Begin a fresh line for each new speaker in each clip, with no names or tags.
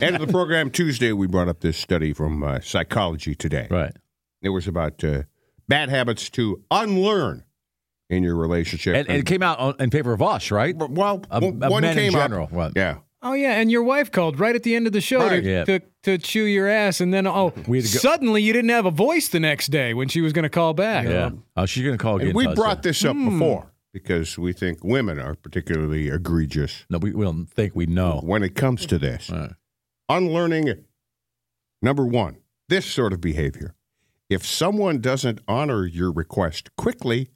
End of the program Tuesday, we brought up this study from uh, Psychology Today.
Right.
It was about uh, bad habits to unlearn in your relationship.
And, and it came out on, in favor of us, right?
well,
Of- of
one
men in
came
general,
up.
what?
Yeah.
Oh yeah, and your wife called right at the end of the show
Right.
to,
Yeah.
to to chew your ass, and then oh,
We had to go-
suddenly you didn't have a voice the next day when she was going to call back.
Yeah. Oh, she's gonna call again.
And we
Todd
brought
said.
this up before because we think women are particularly egregious
No, we, we don't think we know.
when it comes to this.
Right.
Unlearning number one, this sort of behavior. If someone doesn't honor your request quickly,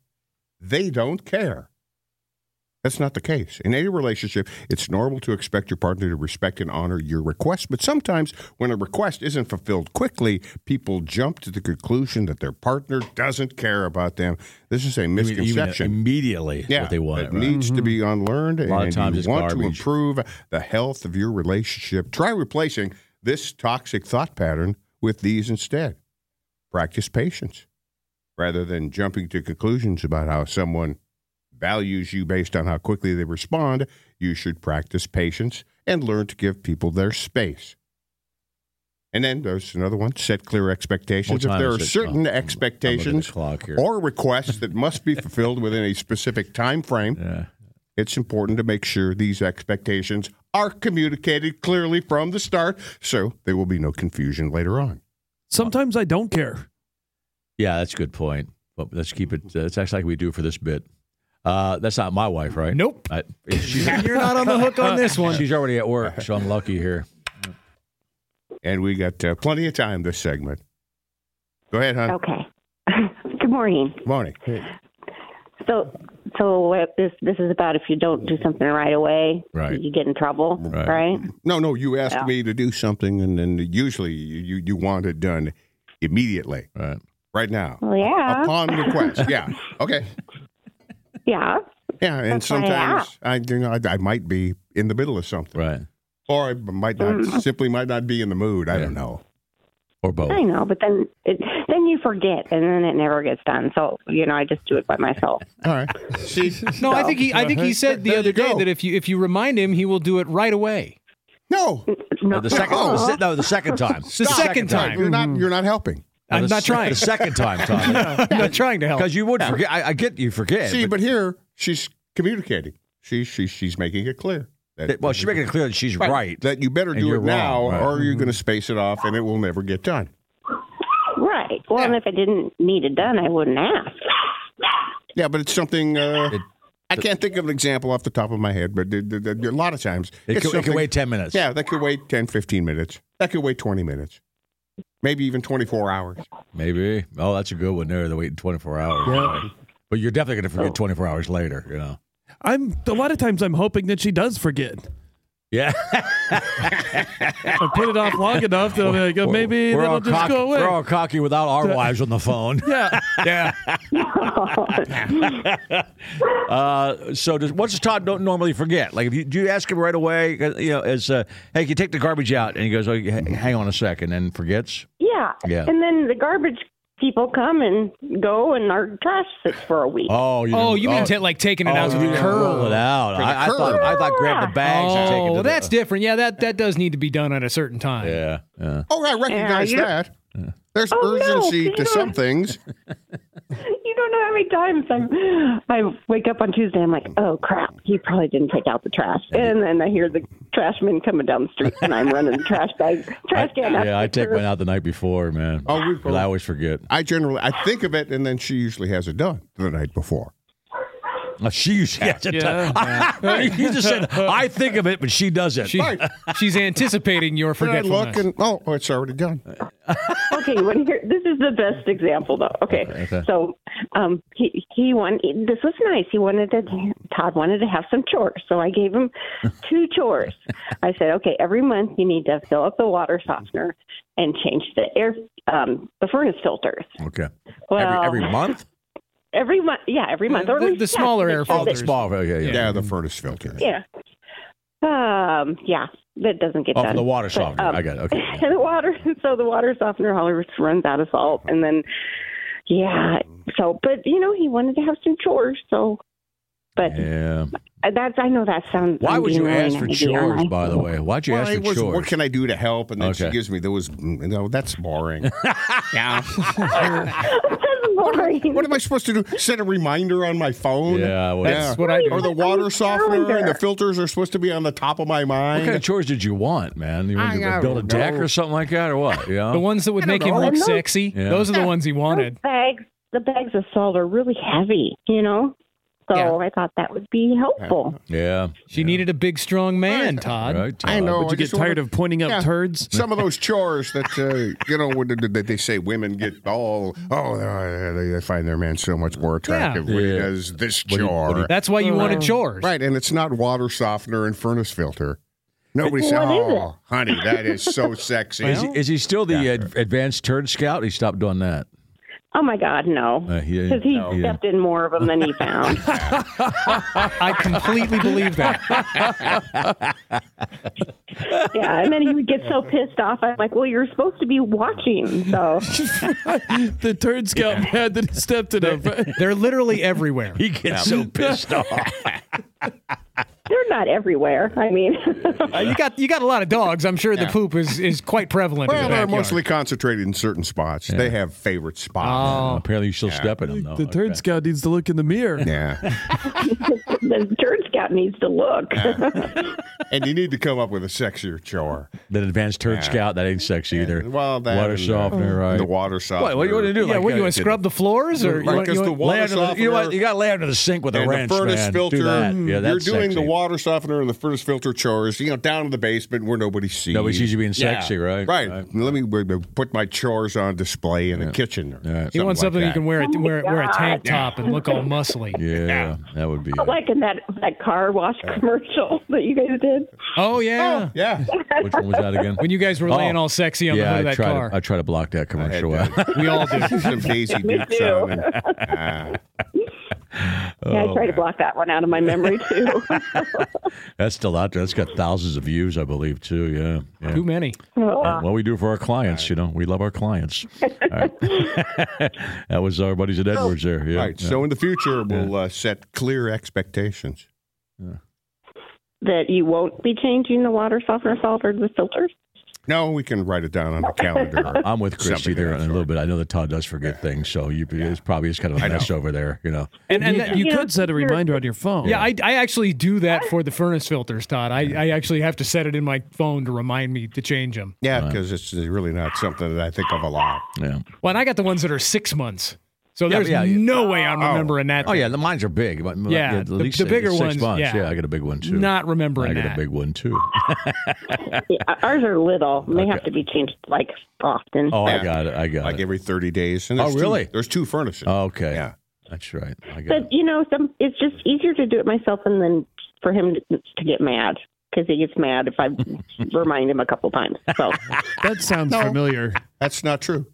they don't care. That's not the case. In any relationship, it's normal to expect your partner to respect and honor your request, but sometimes when a request isn't fulfilled quickly, people jump to the conclusion that their partner doesn't care about them. This is a
Even- even
misconception
immediately
yeah,
what they want.
It
right?
needs to be unlearned,
lot of
and
times it's
you want to
garbage.
improve the health of your relationship. Try replacing this toxic thought pattern with these instead. Practice patience rather than jumping to conclusions about how someone values you based on how quickly they respond. You should practice patience and learn to give people their space. And then there's another one: set clear expectations.
What
If
time
there
is
are
it? Oh, I'm
certain
looking at the
expectations
clock here.
or requests that must be fulfilled within a specific time frame,
Yeah.
it's important to make sure these expectations are communicated clearly from the start so there will be no confusion later on.
Sometimes I don't care.
Yeah, that's a good point. But let's keep it. Uh, it's actually like we do for this bit. Uh, that's not my wife, right?
Nope.
I, she's,
You're not on the hook on this one.
she's already at work, so I'm lucky here.
And we got uh, plenty of time this segment. Go ahead, hon.
Okay. Good morning.
Morning.
So, so what this this is about if you don't do something right away,
Right.
you get in trouble,
Right.
right?
No, no, you asked
Yeah.
me to do something, and then usually you, you, you want it done immediately,
Right.
right now.
Well, yeah,
Upon request. Yeah. Okay.
yeah.
Yeah. And
That's why I
sometimes I, you know, I, I might be in the middle of something.
Right.
Or I might not,
Mm.
simply might not be in the mood. I don't know.
Or both.
I know, but then it, then you forget, and then it never gets done. So you know, I just do it by myself.
All right. See,
No, I think he I think he said the
There
other
you
day
go.
that if you if you remind him, he will do it right away.
no,
No,
No, Uh, the second.
Oh.
the se- no, the second time. Mm. The
second time.
you're not. You're not helping.
I'm not trying.
The second time, Tom.
I'm not trying to help.
Because you would forget. I, I get you forget.
Oh. See, but here she's communicating. She, she she's making it clear. That,
that- well, she's making it clear that she's right.
that you better
And
do
you're
it
wrong,
now,
right. Mm-hmm.
or you're going to space it off, and it will never get done.
Oh.
right. Well, and if I didn't need it done, I wouldn't ask.
Yeah, but it's something. Uh,
It-
I can't think of an example off the top of my head, but there- there- there- a lot of times it's
It, could, it could
something-
wait ten minutes.
Yeah, that could wait 10, 15 minutes. That could wait twenty minutes, maybe even twenty-four hours.
Maybe. Oh, that's a good one there. They're waiting 24 hours.
Yeah.
But you're definitely going to forget 24 hours later, you know?
I'm a lot of times I'm hoping that she does forget.
Yeah.
I put it off long enough that I'm like, oh, maybe
we're
that'll
all
just
cocky,
go away.
We're all cocky without our wives on the phone.
yeah.
yeah. uh, so, does, what does Todd don't normally forget? Like, if you do you ask him right away, 'Cause, you know, as uh, hey, can you take the garbage out? And he goes, oh, h- hang on a second, and forgets.
Yeah.
Yeah.
And then the garbage people come and go, and our trash sits for a week.
Oh, you
oh,
didn't-
you mean ta- like taking it
oh,
out to
you
the
didn't
curb?
roll it out. I, I
curb.
thought I thought grab the bags and take it.
Oh,
to
well,
the-
that's different. Yeah, that that does need to be done at a certain time.
yeah, yeah.
Oh, I recognize
you're-
that. There's
Oh, no,
urgency
you
to
don't-
some things.
You don't know how many times I'm, I wake up on Tuesday. I'm like, oh crap, he probably didn't take out the trash. And then I hear the trash man coming down the street, and I'm running the trash bag, trash can. out
yeah, I
the
take
curb.
mine out the night before, man.
Oh, we-
'Cause I always forget.
I generally I think of it and then she usually has it done the night before.
Uh, she usually has it.
Yeah.
you just said, I think of it, but she doesn't.
She,
Right.
She's anticipating your
Then I look
forgetfulness.
and oh, it's already done.
Uh,
Okay, you want to hear? This is the best example, though. Okay,
okay.
so um, he he won. This was nice. He wanted to. Todd wanted to have some chores, so I gave him two chores. I said, okay, every month you need to fill up the water softener and change the air um, the furnace filters.
okay.
Well,
every, every month?
every month, yeah, every month. Or at
The-
least-
the smaller
yeah,
air
that's
Oh,
it.
the
filters.
small. Okay, yeah.
Yeah, the furnace filter.
Yeah. Um. Yeah, that doesn't get
Oh,
done.
for the water
But,
softener.
um,
I got it. Okay. yeah.
and the water so the water softener always runs out of salt and then yeah so but you know he wanted to have some chores so but
Yeah.
that's i know that sounds
Why
I'm
would
being
you
really
ask for
nice, aren't
chores,
I?
by the way? Why'd you
Well,
ask
it
for
was,
chores?
what can I do to help? And then she
Okay.
gives me those. mm, No, that's boring. yeah.
that's boring
What am I supposed to do? Set a reminder on my phone?
Yeah, well,
Yeah.
That's what I do.
Or the water softener and the filters are supposed to be on the top of my mind.
What kind of chores did you want, man? You wanted
I
to build a
don't
deck
know.
or something like that, or what? Yeah.
The ones that would make him
know.
look
And those-
sexy.
Yeah.
Those are the ones he
Those
wanted.
bags the bags of salt are really heavy you know so
Yeah.
i thought that would be helpful
yeah.
She needed a big, strong man, Todd.
Right.
I
Todd.
know. I
Would uh, you get
just wanna-
tired of pointing up
Yeah.
turds?
some of those chores that uh, you know when they, they say women get all oh they, they find their man so much more attractive when he
Yeah.
does this
do you- what
chore
do you-
That's why you wanted chores.
right and it's not water softener and furnace filter nobody says
What is
oh honey that is so sexy
Is he, is he still the ad- advanced turd scout? He stopped doing that.
oh my god no
Uh, he-
because he
No.
stepped in more of them than he found
I completely believe that.
yeah and then he would get so pissed off i'm like well you're supposed to be watching so
the turd scout pad that he stepped in of.
They're literally everywhere.
He gets so pissed off.
they're not everywhere i mean
Uh, you got you got a lot of dogs. I'm sure the poop is is quite prevalent. in
well
the
they're
backyard.
mostly concentrated in certain spots they have favorite spots
Oh.
Apparently, you still step in him though.
the turd scout needs to look in the mirror.
Oh.
yeah
the turd scout needs to look.
and you need to come up with a sexier chore
That advanced turd scout that ain't sexy either.
well that
water
and, uh,
softener, right?
the water softener
What, what do you want to do?
Yeah,
Like,
what you
uh,
want to scrub the floors or you
Right,
want-
'cause
you
the
want-
water
Lay under the, you, know what?
softener
you got to lay under the sink with a
and
wrench,
the furnace
man.
filter. mm,
Do that. Yeah,
You're
that's
doing the
sexy.
water softener and the furnace filter chores. You know, down in the basement where nobody sees.
Nobody sees you being sexy, right?
Right. Let me b- b- put my chores on display in the kitchen. Or
you want something
like
you can wear a, wear, wear a tank top and look all muscly.
Yeah, that would be. it.
like in that, that car wash commercial that you guys did.
Oh yeah.
that. Yeah.
Which one was that again?
When you guys were laying
Oh.
all sexy on the
yeah,
hood
I
of that
try
car.
to I try to block that commercial out.
we all do.
Some Daisy Dukes
too.
on. and- Ah.
yeah, I tried to block that one out of my memory too.
That's still out there. That's got thousands of views, I believe, too. Yeah. yeah.
Too many.
And what we do for our clients, you know, we love our clients. All right. that was our buddies at Edwards there. Yeah.
All right.
yeah.
So in the future, we'll uh, set clear expectations.
that you won't be changing the water softener filter with filters.
No, we can write it down on the calendar. or-
I'm with Christy
Something
there
of
in a
that
little bit. I know that Todd does forget things, so you it's probably is kind of a mess over there, you know.
And, and that you
Yeah.
could set a reminder on your phone.
Yeah, I, I actually do that for the furnace filters, Todd. I, I actually have to set it in my phone to remind me to change them.
yeah, because it's really not something that I think of a lot.
Yeah.
Well, and I got the ones that are six months. So there's
yeah, yeah.
no way I'm remembering that.
Oh yeah, the mines are big. But
Yeah,
at
the-
least
the bigger
six
ones,
Months.
yeah.
I got a big one too.
Not
I
remembering
got
that.
a big one too.
Yeah, ours are little. and They have to be changed like often.
Oh, I
Yeah.
got it. I got
Like
it.
every 30 days. And
Oh,
there's two-
really? Oh.
there's two furnaces.
Okay.
Yeah.
That's right. I got it.
But you know, some it's just easier to do it myself, and then for him to, to get mad because he gets mad if I remind him a couple times. So.
That sounds familiar.
That's not true.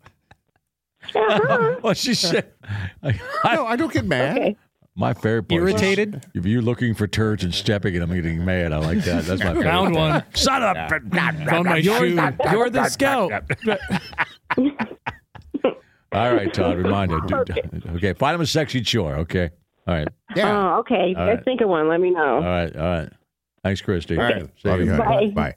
Uh-huh.
Well, Oh, she said,
No, I don't get mad.
Okay.
"My favorite part." is
Irritated?
If you're looking for turds and stepping and I'm getting mad, I like that. That's my favorite.
Found
part.
one.
Shut up!
It's on my shoe.
You're the scout.
All right, Todd. Reminder. Okay, find him a sexy chore. Okay. All right.
Yeah.
Oh, okay.
All
Let's
right.
think of one. Let me know.
All right. All right. Thanks, Christy.
All right.
See
Love
you.
you, honey. Bye.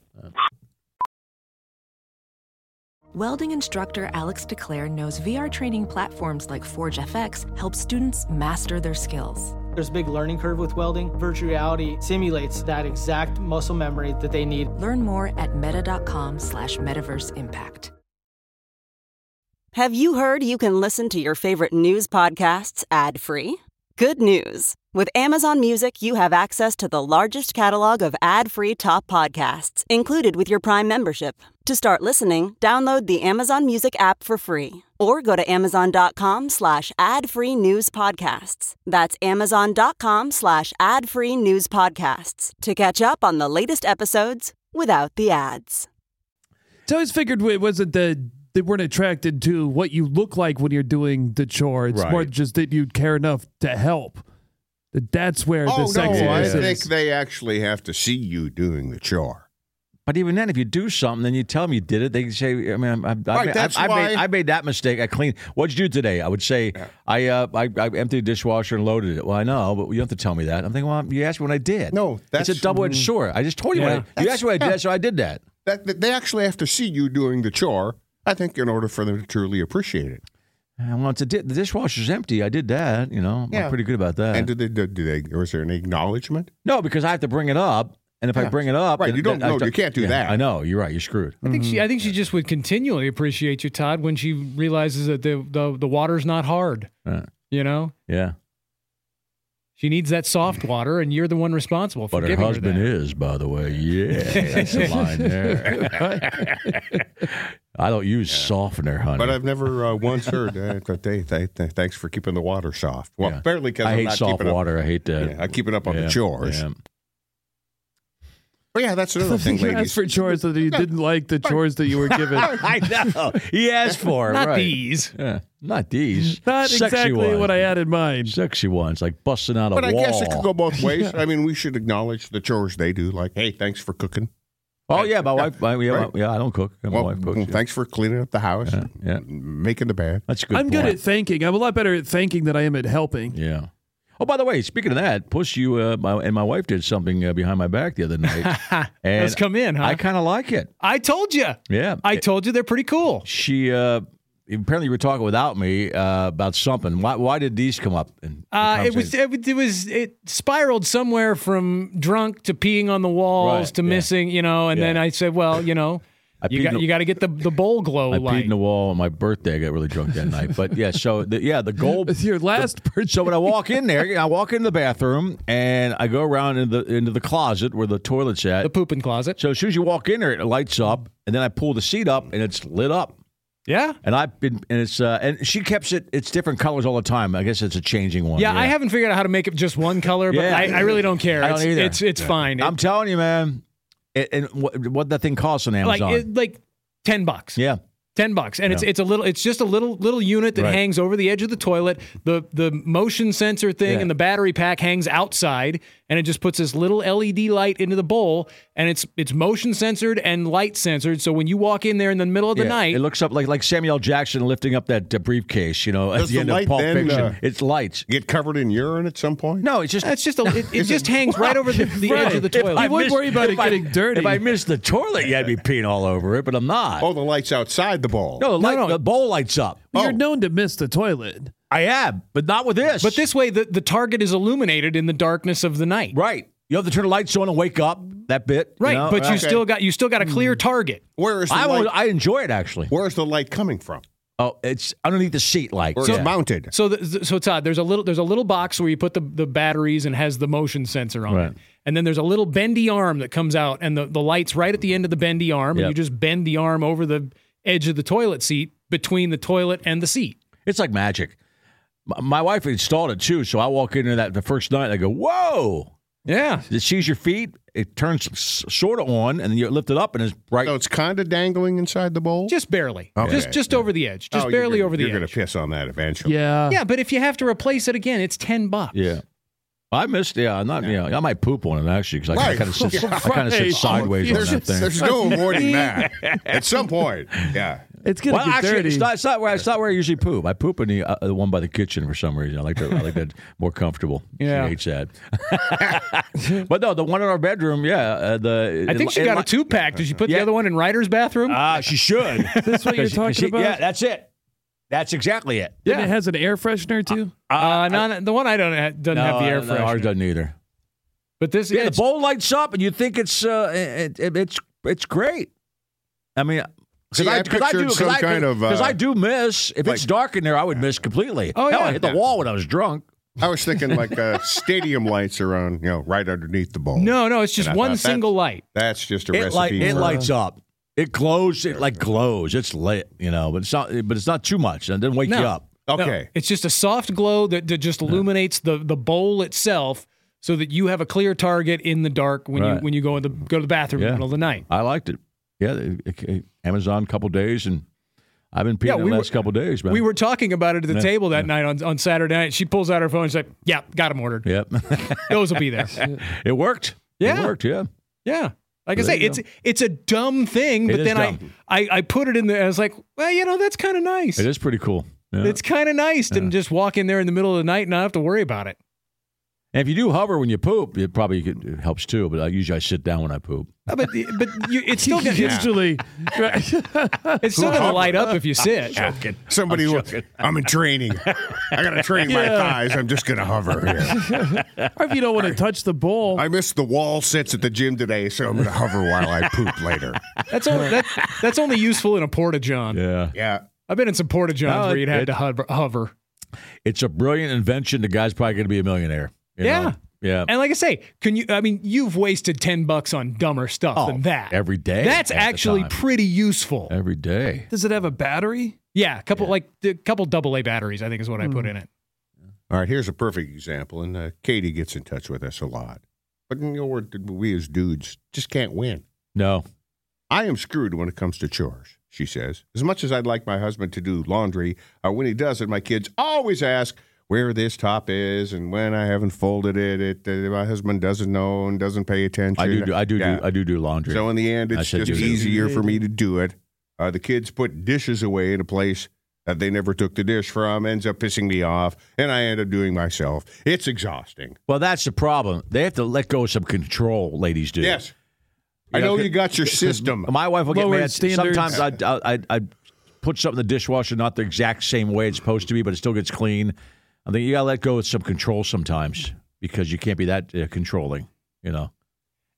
Welding instructor Alex DeClaire knows VR training platforms like Forge FX help students master their skills.
There's a big learning curve with welding. Virtual reality simulates that exact muscle memory that they need.
Learn more at meta.com slash metaverse impact.
Have you heard you can listen to your favorite news podcasts ad free? Good news. With Amazon Music, you have access to the largest catalog of ad-free top podcasts included with your Prime membership. To start listening, download the Amazon Music app for free or go to amazon.com slash ad-free news podcasts. That's amazon.com slash ad-free news podcasts to catch up on the latest episodes without the ads.
So I always figured it wasn't the they weren't attracted to what you look like when you're doing the chore. It's more
Right.
just that you care enough to help. That that's where
oh
the
no,
sexiness
I
is.
think they actually have to see you doing the chore.
But even then, if you do something, then you tell them you did it. They say, "I mean, I, I,
Right,
I,
that's
I,
why-
made, I made that mistake. I cleaned. What'd you do today?" I would say, "I, uh, I, I emptied the dishwasher and loaded it." Well, I know, but you don't have to tell me that. I'm thinking, "Well, you asked me when I did."
No,
that's
that's- mm-hmm.
a double-edged sword. I just told you.
Yeah.
What I, you asked me what I did, so I did that.
That, that they actually have to see you doing the chore. I think in order for them to truly appreciate it.
And well, it's a di- the dishwasher's empty. I did that. You know,
Yeah.
I'm pretty good about that.
and did they? Did they? Or is there an acknowledgement?
no, because I have to bring it up, and if I bring it up,
Right,
then-
you don't
then I
know.
th-
You can't do
Yeah,
that.
I know. You're right. You're screwed.
I think she. I think she just would continually appreciate you, Todd, when she realizes that the the, the water's not hard.
Uh,
You know,
yeah,
she needs that soft water, and you're the one responsible
Mm.
for
but her
giving
husband
her that.
is, by the way. Yeah, that's the line there. I don't use softener, honey.
But I've never uh, once heard uh, that they, they, they- Thanks for keeping the water soft. Well,
Yeah.
apparently because
I
I'm
hate
not
soft
keeping
water. I hate
Up,
that.
yeah, I'm keeping up on
Yeah,
the chores.
yeah.
But yeah, that's another thing,
you
ladies.
asked for chores that you didn't like the chores that you were given.
I know. He asked for it,
Not
right.
these.
Yeah, not these.
Not
Sexy
exactly
ones.
what I had in mind.
Sexy ones, like busting out a
but I
wall.
guess it could go both ways. I mean, we should acknowledge the chores they do. Like, hey, thanks for cooking.
oh yeah, my wife. My, yeah,
Right.
yeah, I don't cook. My
well, mm-hmm.
wife cooks.
well,
yeah.
thanks for cleaning up the house,
Yeah, yeah.
making the bed.
That's a good.
I'm good
point.
at thanking. I'm a lot better at thanking than I am at helping.
Yeah. Oh, by the way, speaking of that, Puss, you uh, my, and my wife did something uh, behind my back the other night. and
Let's come in, huh?
I kind of like it.
I told you.
Yeah.
I told you they're pretty cool.
she uh, apparently you were talking without me uh, about something. Why, why did these come up? in- in
Uh, it was
conversation?
it, was- it was it spiraled somewhere from drunk to peeing on the walls
Right,
to
yeah.
missing, you know, and then
Yeah.
I said, well, you know,
peed
you
in
got
the-
you got to get the the bowl glow
I peed
light.
in the wall on my birthday. I got really drunk that night. But yeah, so the, yeah, the goal.
It's your last purchase.
So when I walk in there, I walk into the bathroom and I go around in the into the closet where the toilet's at.
the pooping closet.
so as soon as you walk in there, it lights up, and then I pull the seat up and it's lit up.
Yeah.
And I've been, and it's, uh, and she keeps it. It's different colors all the time. I guess it's a changing one.
Yeah, I haven't figured out how to make it just one color, but
Yeah.
I, I really don't care.
I don't
it's,
either.
it's it's fine.
I'm telling you, man. It, and what, what that thing costs on
It- like
Amazon?
it, like ten bucks.
yeah,
Ten bucks, and it's
Yeah.
it's a little. It's just a little little unit that
Right.
hangs over the edge of the toilet. the The motion sensor thing
Yeah.
and the battery pack hangs outside, and it just puts this little LED light into the bowl, and it's it's motion censored and light censored. So when you walk in there in the middle of the
Yeah.
night,
It looks up like like Samuel L. Jackson lifting up that uh, briefcase. You know, at
Does
the
the
end
light
of Pulp
then,
Fiction,
uh,
it's lights.
Get covered in urine at some point.
No, it's just.
it's just a it, it just hangs right over the, the edge of the
If I
toilet.
would
missed-
worry about
if
it
I-
getting dirty.
If I missed the toilet, yeah, I'd be peeing all over it, but I'm not.
Oh, the lights outside the ball.
no, the, light,
no.
the bowl lights up.
You're known to miss the toilet.
I am, but not with this.
But this way, the, the target is illuminated in the darkness of the night.
right? You have to turn the lights on and wake up. That bit,
Right,
You know?
but you
Okay. Hmm.
still got you still got a clear target.
Where is the
I,
light?
will- I enjoy it actually.
where is the light coming from?
Oh, it's underneath the seat, like
Where it's mounted?
So, the, so Todd, there's a little there's a little box where you put the, the batteries and has the motion sensor on
Right.
it, and then there's a little bendy arm that comes out, and the the light's right at the end of the bendy arm,
Yep.
and you just bend the arm over the edge of the toilet seat between the toilet and the seat.
It's like magic. My- My wife installed it too, so I walk into that the first night. I go, "Whoa!"
Yeah,
It sees your feet. It turns sort of on, and then you lift it up, and it's bright.
So it's kind of dangling inside the bowl.
just barely,
Okay.
just just over the edge,
Oh,
just
you're
barely
gonna-
over the
You're going to
edge.
piss on that eventually.
Yeah.
Yeah, but if you have to replace it again, it's ten bucks.
yeah, I missed. Yeah, I'm not. Yeah, I might poop on it actually because I
Right.
kind of sit.
Yeah.
I kind of sit
Right.
sideways on
There's,
that thing.
there's no avoiding that. At some point, yeah.
It's gonna
Well,
get
actually,
dirty.
it's not, it's not where it's not where I usually poop. I poop in the, uh, the one by the kitchen for some reason. I like that. I like that more comfortable.
Yeah.
she hates that. but no, the one in our bedroom. Yeah, uh, the.
I think she
it-
got a
it-
two pack. Did she put
Yeah.
the other one in Ryder's bathroom?
Ah, she should.
That's what you're
'Cause- 'cause
talking
she-
about?
Yeah, that's it. That's exactly it.
And it has an air freshener too.
Uh, no, no, the one I don't ha- doesn't have the air
no, ours
freshener.
doesn't either.
but this
Yeah, the
it's-
bowl lights up, and you think it's uh, it, it- it's it's great. I mean,
See, I
do,
pictured some
I,
kind of,
because
uh,
I do miss if it's
like-
dark in there, I would miss completely.
Oh,
Hell,
yeah.
I hit the
Yeah.
wall when I was drunk.
I was thinking like uh, stadium lights are on, you know, right underneath the ball.
No, no, it's
And
just
I
one
thought
single
that's-
light.
That's just a
It,
recipe.
light, it
for- uh,
lights up. It glows. It like glows. It's lit, you know, but it's not. But it's not too much, and it doesn't wake
No.
you up.
No,
Okay.
it's just a soft glow that, that just illuminates the the bowl itself, so that you have a clear target in the dark when you
Right.
when you go in the go to the bathroom in
Yeah.
the middle of the night.
I liked it. Yeah, it- it- it- Amazon couple days, and I've been peeing
Yeah,
the
we
last
were-
couple days, man.
We were talking about it at the
Yeah,
table that night on, on Saturday night. She pulls out her phone. and She's like, "Yeah, got them ordered.
Yep,
Those will be there."
it worked.
Yeah.
it worked. Yeah,
Yeah. Like I
There
say,
you
it's it's a dumb thing,
It
but
is
then I,
dumb.
I I put it in there. I was like, well, you know, that's kind of nice.
it is pretty cool. Yeah.
It's kind of nice to just walk in there in the middle of the night and not have to worry about it.
and if you do hover when you poop, it probably could- it helps too. But I usually I sit down when I poop.
Uh, But but you, it's still gonna, it's,
Usually,
it's still gonna light up if you sit.
Somebody, I'm, I'm in training. I got to train my thighs. I'm just going to hover here.
or if you don't want to touch the bowl,
I missed the wall sits at the gym today, so I'm going to hover while I poop later.
That's only that, that's only useful in a porta john.
Yeah,
Yeah.
I've been in some porta johns
No,
where you'd have
it-
to hover. hover.
it's a brilliant invention. The guy's probably going to be a millionaire. you
Yeah.
know? yeah.
And like I say, can you? I mean, you've wasted ten bucks on dumber stuff
Oh,
than that
every day
That's
half the
actually
time.
pretty useful.
Every day.
does it have a battery?
Yeah, a couple like a couple double A batteries, I think is what I
Hmm.
put in it.
All right, here's a perfect example, and uh, Katie gets in touch with us a lot. But you know, we're, we as dudes just can't win.
No.
I am screwed when it comes to chores, she says. As much as I'd like my husband to do laundry, uh, when he does it, my kids always ask where this top is and when I haven't folded it. it uh, my husband doesn't know and doesn't pay attention.
I do. do I do.
Yeah.
do I do do laundry.
So in the end,
I
it's
said
just
you do.
easier for me to do it. Uh, the kids put dishes away in a place that they never took the dish from, ends up pissing me off, and I end up doing myself. It's exhausting.
well, that's the problem. They have to let go of some control, ladies do.
Yes. I
Yeah,
know
c-
you got your system.
My wife will get
Lower
mad.
standards.
Sometimes I, I I I put something in the dishwasher not the exact same way it's supposed to be, but it still gets clean. I think you gotta let go of some control sometimes because you can't be that uh, controlling. You know,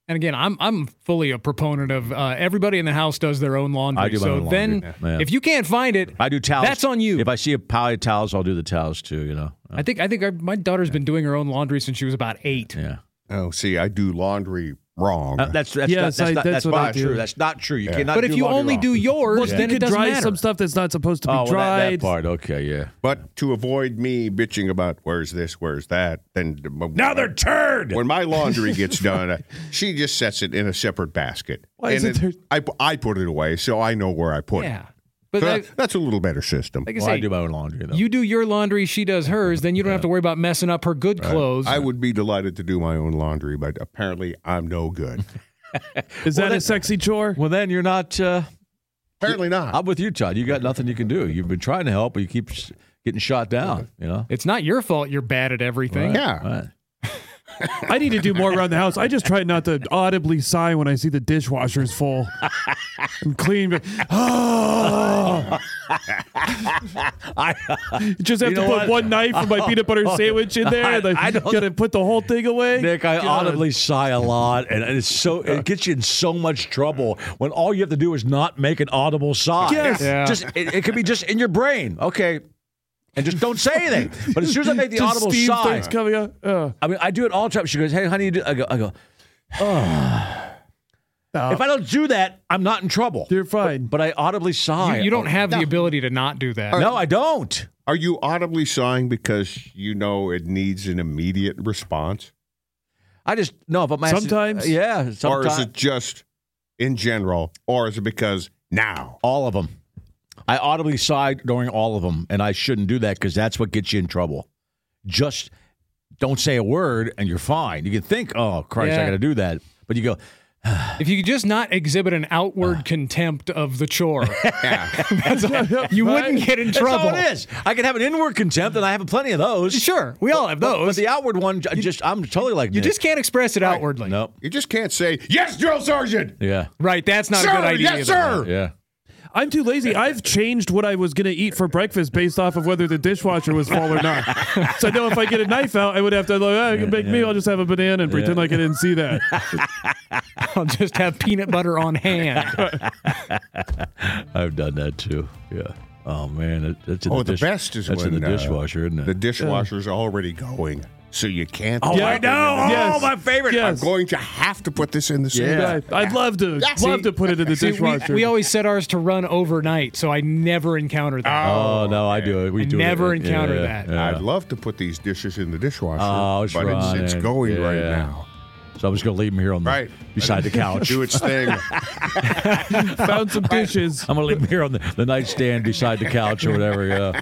And again, I'm I'm fully a proponent of uh, everybody in the house does their own laundry.
I do my
so
own laundry,
then,
yeah.
if you can't find it,
I do towels.
That's on you.
If I see a pile of towels, I'll do the towels too. You know.
I think I think I, my daughter's been doing her own laundry since she was about eight.
Yeah.
oh, see, I do laundry wrong.
Uh, that's that's
Yes,
not, that's
I-
not,
that's
that's
what I
not
do.
true. That's not true. You
Yeah.
cannot.
But if
do
you
laundry
only
wrong.
do yours,
you
then it
could
doesn't
dry
matter.
some stuff that's not supposed to be
oh, well, that- that
dried.
part. Okay, yeah.
But to avoid me bitching about where's this, where's that, then
Another turd.
When my laundry gets done, uh, she just sets it in a separate basket.
Why is
And
it
then I, pu- I put it away, so I know where I put it.
Yeah, but
So
like,
that- that's a little better system.
like I
Well,
say,
I do my own laundry though.
you do your laundry, she does hers. Then you don't have to worry about messing up her good clothes.
I would be delighted to do my own laundry, but apparently I'm no good.
Is that a sexy chore?
well, then you're not. Uh,
apparently not.
I'm with you, Todd. You got nothing you can do. You've been trying to help, but you keep s- getting shot down. You know.
it's not your fault. You're bad at everything.
yeah.
Right.
I need to do more around the house. I just try not to audibly sigh when I see the dishwasher is full and clean. But, oh. just have
You
to
know
put
what?
one knife for my peanut butter sandwich in there. and I,
I don't-
gotta put the whole thing away.
Nick, I
God. Uh.
audibly sigh a lot, and it's so it gets you in so much trouble when all you have to do is not make an audible sigh.
Yes.
Yeah.
just it, it could be just in your brain. Okay, and just don't say anything. But as soon as I make the
Just
audible
steam
sigh,
things coming up. Uh,
I mean, I do it all the time. She goes, "Hey, honey, you do." I go, "I go." Oh. If I don't do that, I'm not in trouble.
Uh. you're fine.
But I audibly sigh. Oh.
You, you don't have the ability to not do that.
No, I don't.
Are you audibly sighing because you know it needs an immediate response?
I just no. But my
Sometimes.
yeah,
Or is
sometimes
it just in general? Or is it because now?
all of them. I audibly sigh during all of them, and I shouldn't do that because that's what gets you in trouble. Just don't say a word, and you're fine. You can think, "Oh Christ, I
Yeah.
got to do that," but you go,
If you could just not exhibit an
Ah.
outward contempt of the chore, that's all- you wouldn't get in
"That's all
trouble.
it is." I can have an inward contempt, and I have plenty of those.
Sure, we all have
But-
those.
But the outward one, I just I'm totally like
you
Nick.
just can't express it outwardly.
nope.
You just can't say, yes, drill sergeant.
Yeah.
Right, that's not
sir,
a good idea.
yes, sir.
either.
Yeah.
I'm too lazy. I've changed what I was going to eat for breakfast based off of whether the dishwasher was full or not. So I know if I get a knife out, I would have to, like, oh, I can make me, I'll just have a banana and pretend like I didn't see that.
I'll just have peanut butter on hand.
I've done that too. Yeah. Oh man, that, that's in
oh,
the,
the
dish-
best is
that's
when
in the
uh,
dishwasher, isn't it?
The dishwasher's already going, so you can't.
oh, I
Yeah.
know. Oh,
Yes.
my favorite.
Yes.
I'm going to have to put this in the sink.
Yeah.
Right. I'd love to love to put it in the
See, we,
dishwasher.
we always set ours to run overnight, so I never encounter that.
Oh, no, I do it. We
I
do
never
it.
encountered
yeah,
that.
yeah.
I'd love to put these dishes in the dishwasher,
Oh, it's
but it's,
running.
it's going right
Yeah.
now.
So I'm just gonna leave him here on the
Right.
beside the couch.
Do its thing.
found some dishes.
I'm gonna leave him here on the, the nightstand beside the couch or whatever. Yeah.